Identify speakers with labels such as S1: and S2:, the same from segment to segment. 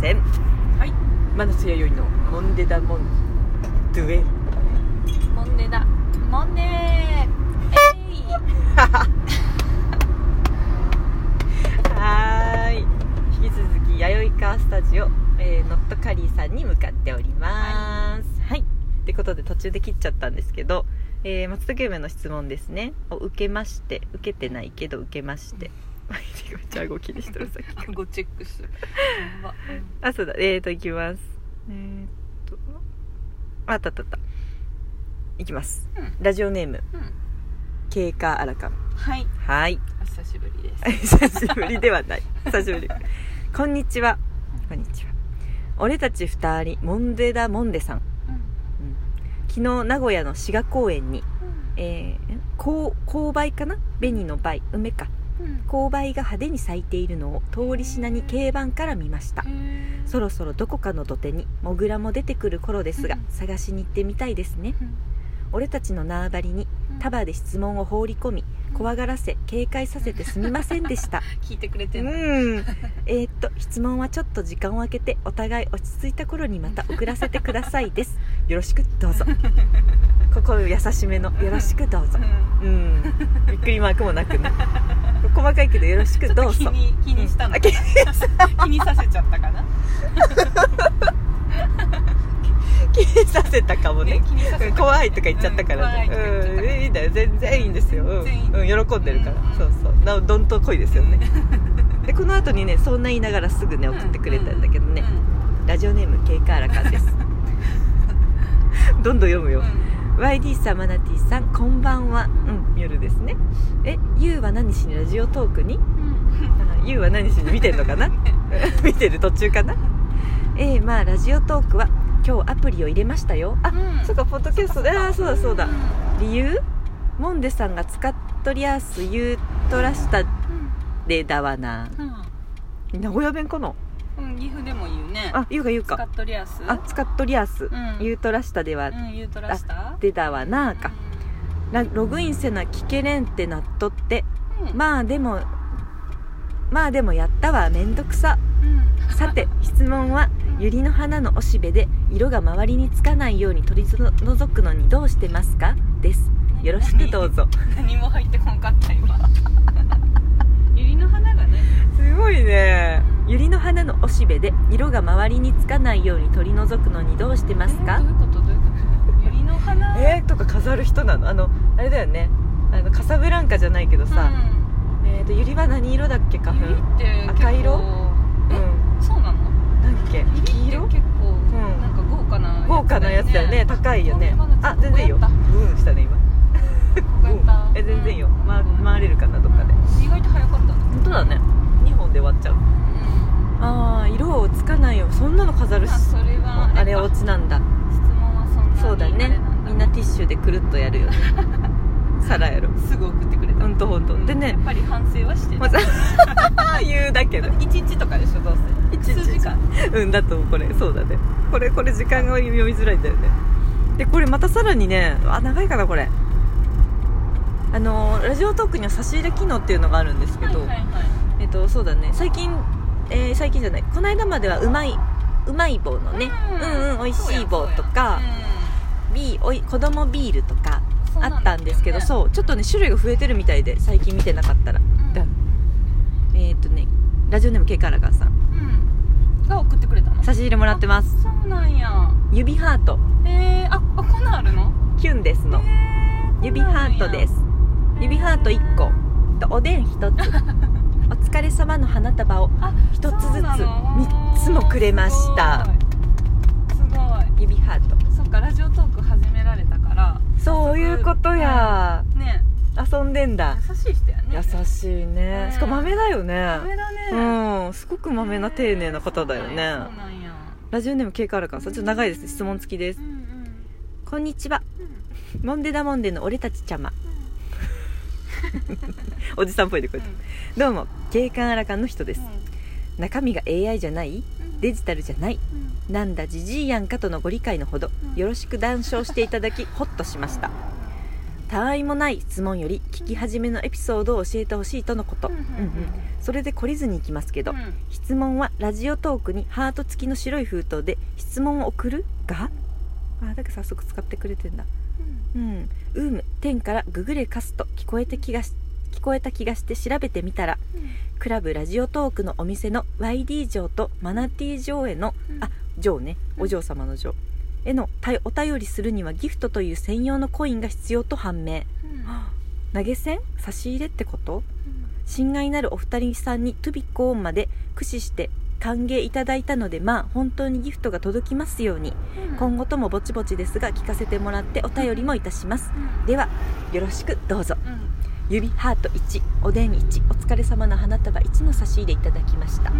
S1: せん
S2: はい
S1: マナスヤヨイのモンデダモンドゥエ
S2: モンデだモンデーえい
S1: はーい引き続き弥生川スタジオ、えーノットカリーさんに向かっておりますはい、ってことで途中で切っちゃったんですけど、えー、松竹梅の質問ですねを受けまして受けてないけど受けまして毎日ごちゃごきにしてるさっきから
S2: ごチェックしてるやば
S1: あそうだえーといきますえーっとああったあったあったいきます、
S2: うん
S1: ラジオネーム
S2: うん
S1: ケイカーアラカン
S2: はい
S1: はーい
S2: お久しぶりです
S1: 久しぶりではない久しぶりこんにちはこんにちは俺たち二人モンデダモンデさん
S2: うん
S1: 昨日名古屋の滋賀公園に、えー、んこう勾梅かな紅の梅梅か
S2: うん
S1: 勾梅が派手に咲いているのを通りしなに軽バンから見ました
S2: へー
S1: そろそろどこかの土手にモグラも出てくる頃ですが、
S2: うん
S1: 探しに行ってみたいですね
S2: うん
S1: 俺たちの縄張りに
S2: うん
S1: 束で質問を放り込み怖がらせ警戒させてすみませんでした
S2: 聞いてくれてんの
S1: うん、えーっと質問はちょっと時間を空けてお互い落ち着いた頃にまた送らせてください ですよろしくどうぞ心優しめのよろしくどうぞ
S2: うん
S1: うんびっくりマークもなくね細かいけどよろし
S2: ちょ
S1: く
S2: っ
S1: ど
S2: と
S1: う
S2: 気
S1: ぞ
S2: に気にしたの
S1: あ
S2: か
S1: 気
S2: な気にさせちゃったかな
S1: 気にさせたかもね
S2: ね気にさせた
S1: 怖いとか言っちゃったからね、
S2: うん怖いとか言っちゃった
S1: うん、
S2: から
S1: いいんだよ全然いいんですよ、うん
S2: 全然いいんだよ
S1: うん喜んでるから、
S2: うん
S1: そうそうなおどんと濃いですよね、でこの後にねそんな言いながらすぐね送ってくれたんだけどね、ラジオネームケイカーラカンです どんどん読む
S2: うん
S1: よ
S2: う、ん
S1: YD さんマナティさんこんばんはうん夜ですねえゆうは何しにラジオトークにあゆうは何しに見てるのか な見てる途中かなえー、まあラジオトークは今日アプリを入れましたよあ、
S2: うん
S1: そっかポッドキャストでああーそうだそうだ、
S2: ん
S1: 理由モンデさんが使っとりやすゆうとらしたでだわな名古屋弁かな
S2: うんうん岐阜でも言うね
S1: あゆうがゆう
S2: スカ
S1: か
S2: ットリアス
S1: あ使っとりやす、
S2: ん
S1: ゆうとらしたでは
S2: うんユートラスタ
S1: でだわなあ
S2: ー
S1: か、ラログインせな聞けれんってなっとって
S2: うんうん
S1: まあでもまあでもやったわめんどくさ
S2: うん
S1: さて質問は
S2: うん
S1: ユリの花のおしべで色が周りにつかないように取り除くのにどうしてますかですよろしくどうぞ
S2: 何も入ってこんかった 今ユリの花がね
S1: すごいねユリの花のおしべで色が周りにつかないように取り除くのにどうしてます
S2: えー
S1: か
S2: どういうことどういうことユリの花
S1: えー、とか飾る人なのあのあれだよねあのカサブランカじゃないけどさ、えー、とユリは何色だっけ
S2: う
S1: 花
S2: ん
S1: 粉
S2: ユリって
S1: 赤色
S2: 結
S1: う
S2: 構
S1: ん
S2: えそうなの
S1: 何だっけ
S2: ユリって
S1: 黄
S2: 結
S1: 色
S2: 構なんか豪華な
S1: 豪華なやつだよね高いよね
S2: ごめん
S1: あ全然いいよブ
S2: ごめん
S1: ーンしたね今
S2: ごめんな
S1: うんえ全然いいよ、ま、
S2: うん
S1: 回れるかなどっかで
S2: 意外と早かったね
S1: 本当だね2本で終わっちゃうああ色をつかないよそんなの飾るし
S2: まあそれは
S1: あれ
S2: か
S1: オチなんだ
S2: 質問はそんなに
S1: そうだ
S2: あれ
S1: ね
S2: なんだ
S1: みんなティッシュでくるっとやるよ ね皿やろ
S2: すぐ送ってくれた
S1: ほんとほんとで
S2: や
S1: ね
S2: っぱり反省はしてる
S1: まず 言うだけど
S2: 1日とかでしょどうせ
S1: 一日
S2: 数時間
S1: うんだと思うこれそうだねこれこれ時間が読みづらいんだよねでこれまたさらにねあ長いかなこれあのーラジオトークには差し入れ機能っていうのがあるんですけど、
S2: はいはいはい
S1: えっとそうだね最近、えー最近じゃないこの間まではうまいうまい棒のねうんうん美味しい棒とか、ビーおい子供ビールとか
S2: そうやそうやうん
S1: あったんですけど
S2: そう
S1: そうちょっとね種類が増えてるみたいで最近見てなかったら
S2: なんだよね
S1: えーっ、とねラジオネームケイカラガーさん
S2: うんうんが送ってくれたの
S1: 差し入れもらってます
S2: そうなんや
S1: 指ハート
S2: えー、ああこんなんあるの
S1: キュンですの指ハートです指ハート1個とおでん1つ お疲れ様の花束を
S2: あ
S1: 一つずつ三つもくれました
S2: すごいすご
S1: 指ハート
S2: いそっかラジオトーク始められたから
S1: そういうことや
S2: ね
S1: 遊んでんだ
S2: 優しい人やね
S1: 優しいね
S2: ね
S1: しかも豆だよ
S2: ダメ
S1: ね
S2: だね
S1: うんすごく豆な丁寧な方だよ
S2: そうなんやそう
S1: ね
S2: なんや
S1: ラジオネームケイカラカンさんちょっと長いです質問付きです
S2: うんうん
S1: こんにちは
S2: うん
S1: モンデダモンデの俺たちちゃまおじさんっぽいでこ
S2: う
S1: れ、
S2: ん
S1: どうも警官アラカンの人です、中身が AI じゃない
S2: うん
S1: デジタルじゃないなんだジジイやんかとのご理解のほど
S2: うん
S1: よろしく談笑していただきホッとしましたたわいもない質問より聞き始めのエピソードを教えてほしいとのこと、
S2: うんうんうん
S1: うんうんそれで懲りずにいきますけど、質問はラジオトークにハート付きの白い封筒で「質問を送る?」があだから早速使ってくれてんだうん「うむ天からググレカスと聞こえて気がし聞こえた気がして調べてみたらクラブラジオトークのお店の YD 城とマナティ城への
S2: うん
S1: あ城ね
S2: うん
S1: お嬢様の城へのたお便りするにはギフトという専用のコインが必要と判明はあ投げ銭差し入れってこと親愛なるお二人さんにトゥビッコオンまで駆使して歓迎いただいたのでまあ本当にギフトが届きますように今後ともぼちぼちですが聞かせてもらってお便りもいたしますではよろしくどうぞ指ハート1おでん1お疲れ様の花束1の差し入れいただきましたっ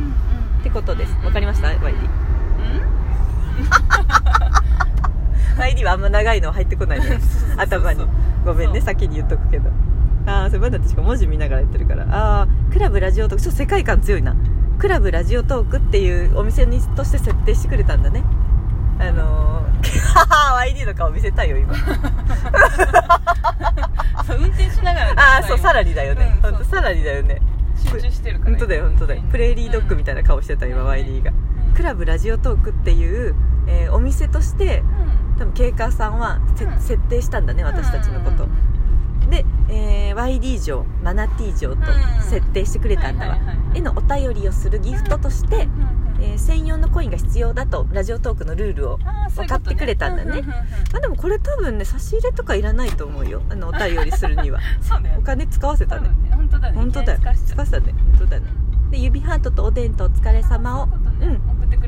S1: てことですわかりましたワイリワイリはあんま長いのは入ってこないね 頭にごめんね
S2: そう
S1: 先に言っとくけどああそれまだ私が文字見ながらやってるからああクラブラジオトークちょっと世界観強いなクラブラジオトークっていうお店にとして設定してくれたんだねあの ー、YD の顔見せたいよ今
S2: 運転しながら
S1: ああそうさらにだよね、
S2: うん
S1: ほんとさらにだよね
S2: 集中してるから
S1: 本当だよ本当だよプレーリードッグみたいな顔してた今
S2: うん
S1: YD が
S2: うん
S1: クラブラジオトークっていう、えーお店として
S2: うん
S1: 多分ケイカーさんはせ、
S2: うん
S1: 設定したんだね私たちのこと、
S2: うんうんうん
S1: で、えー YD 城マナティ城と
S2: うん
S1: 設定してくれたんだわ、
S2: はいはいはいはい
S1: へのお便りをするギフトとして、えー専用のコインが必要だとラジオトークのルールを
S2: あーそういう
S1: 分か
S2: ことね
S1: ってくれたんだね
S2: うううん
S1: まあでもこれ多分ね差し入れとかいらないと思うよあのお便りするに は
S2: うんそうだよ
S1: お金使わせたね
S2: 本当だね
S1: 本当だよ
S2: 気遣いしちゃ
S1: 使
S2: った
S1: わせたね本当だねで指ハートとおでんとお疲れ様をうん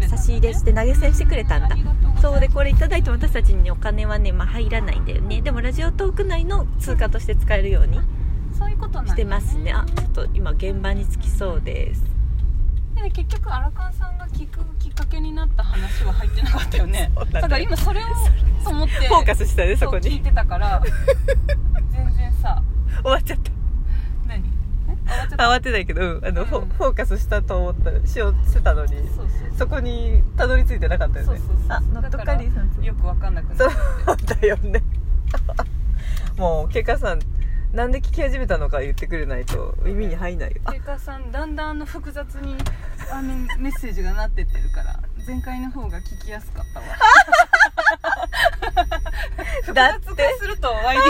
S1: 差し入れして投げ銭してくれたんだそうでこれいただいても私たちにねお金はね、まあ、入らないんだよねでもラジオトーク内の通貨として使えるように
S2: そういうことなんだ
S1: してますねあちょっと今現場に着きそうです
S2: でも結局荒川さんが聞くきっかけになった話は入ってなかったよね
S1: そうなんだ
S2: だ
S1: よ
S2: から今それをと思って
S1: フォーカスしたねそ
S2: そう
S1: こ
S2: 聞い
S1: に
S2: てたから全然さ
S1: 終わっちゃった
S2: 何え終わっちゃった
S1: 慌てないけど、うんあのフォ
S2: うん
S1: フォーカスしたと思ったらしようとしてたのに
S2: そうそう
S1: そこにたどり着いてなかったよね
S2: そうそうそう
S1: あノットカリーさん
S2: よくわかんなく
S1: そ
S2: な
S1: う
S2: る
S1: だよね もうケイカさんなんで聞き始めたのか言ってくれないと耳に入んないよあ
S2: てかさんだんだんあの複雑にあのメッセージがなってってるから前回の方が聞きやすかったわ
S1: だっ
S2: 複雑化
S1: て
S2: すると YD も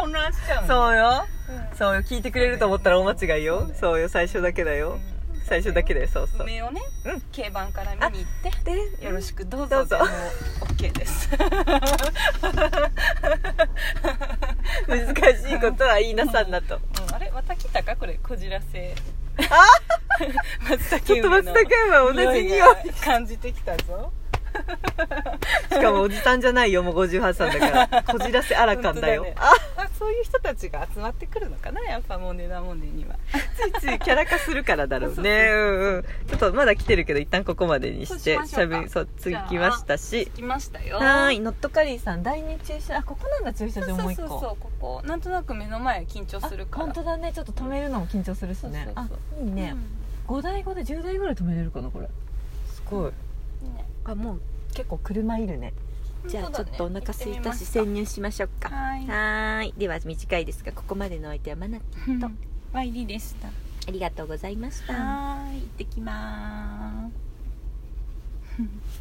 S2: 混乱しちゃうう、
S1: そうよ
S2: うん
S1: そうよ聞いてくれると思ったら大間違いよそうよ最初だけだよ最初だけだよそうそう
S2: 梅をね、
S1: うん
S2: 競馬から見に行っ
S1: で
S2: てよろしくどう
S1: ど
S2: ぞ
S1: うぞ
S2: でも OK です
S1: 難しいことは言いなさんなと
S2: うんあれまた来たかこれこじらせあ松
S1: ちょっと松茸山同じ匂い
S2: 感じてきたぞ
S1: しかもおじさんじゃないよもう58歳だからこじらせあらかんだよ
S2: 本当
S1: あ
S2: あそういう人たちが集まってくるのかなやっぱモネダモネには
S1: ついついキャラ化するからだろう
S2: そうそう
S1: ねうんうんちょっとまだ来てるけど一旦ここまでにして
S2: そうしましょうか
S1: 喋りそう次来ましたし
S2: 来ましたよ
S1: はーいノットカリーさん第二駐車場あここなんだ駐車
S2: そ
S1: 場
S2: うそう
S1: もう一
S2: そう
S1: 個
S2: そうここなんとなく目の前緊張する
S1: あ
S2: から
S1: 本当だねちょっと止めるのも緊張するしね
S2: そうそう
S1: あいいね、5台5で10台ぐらい止めれるかなこれすごい
S2: うんね
S1: あもう結構車いるねじゃあ
S2: 本
S1: ち
S2: 当
S1: ょっ
S2: だね
S1: とお腹すいたし
S2: 行って
S1: 潜入しましょうか
S2: みますかは
S1: はーいでは短いですがここまでのお相手はマナティ
S2: ーい
S1: と
S2: と YD でした
S1: ありがとうございました
S2: はーい行ってきまーす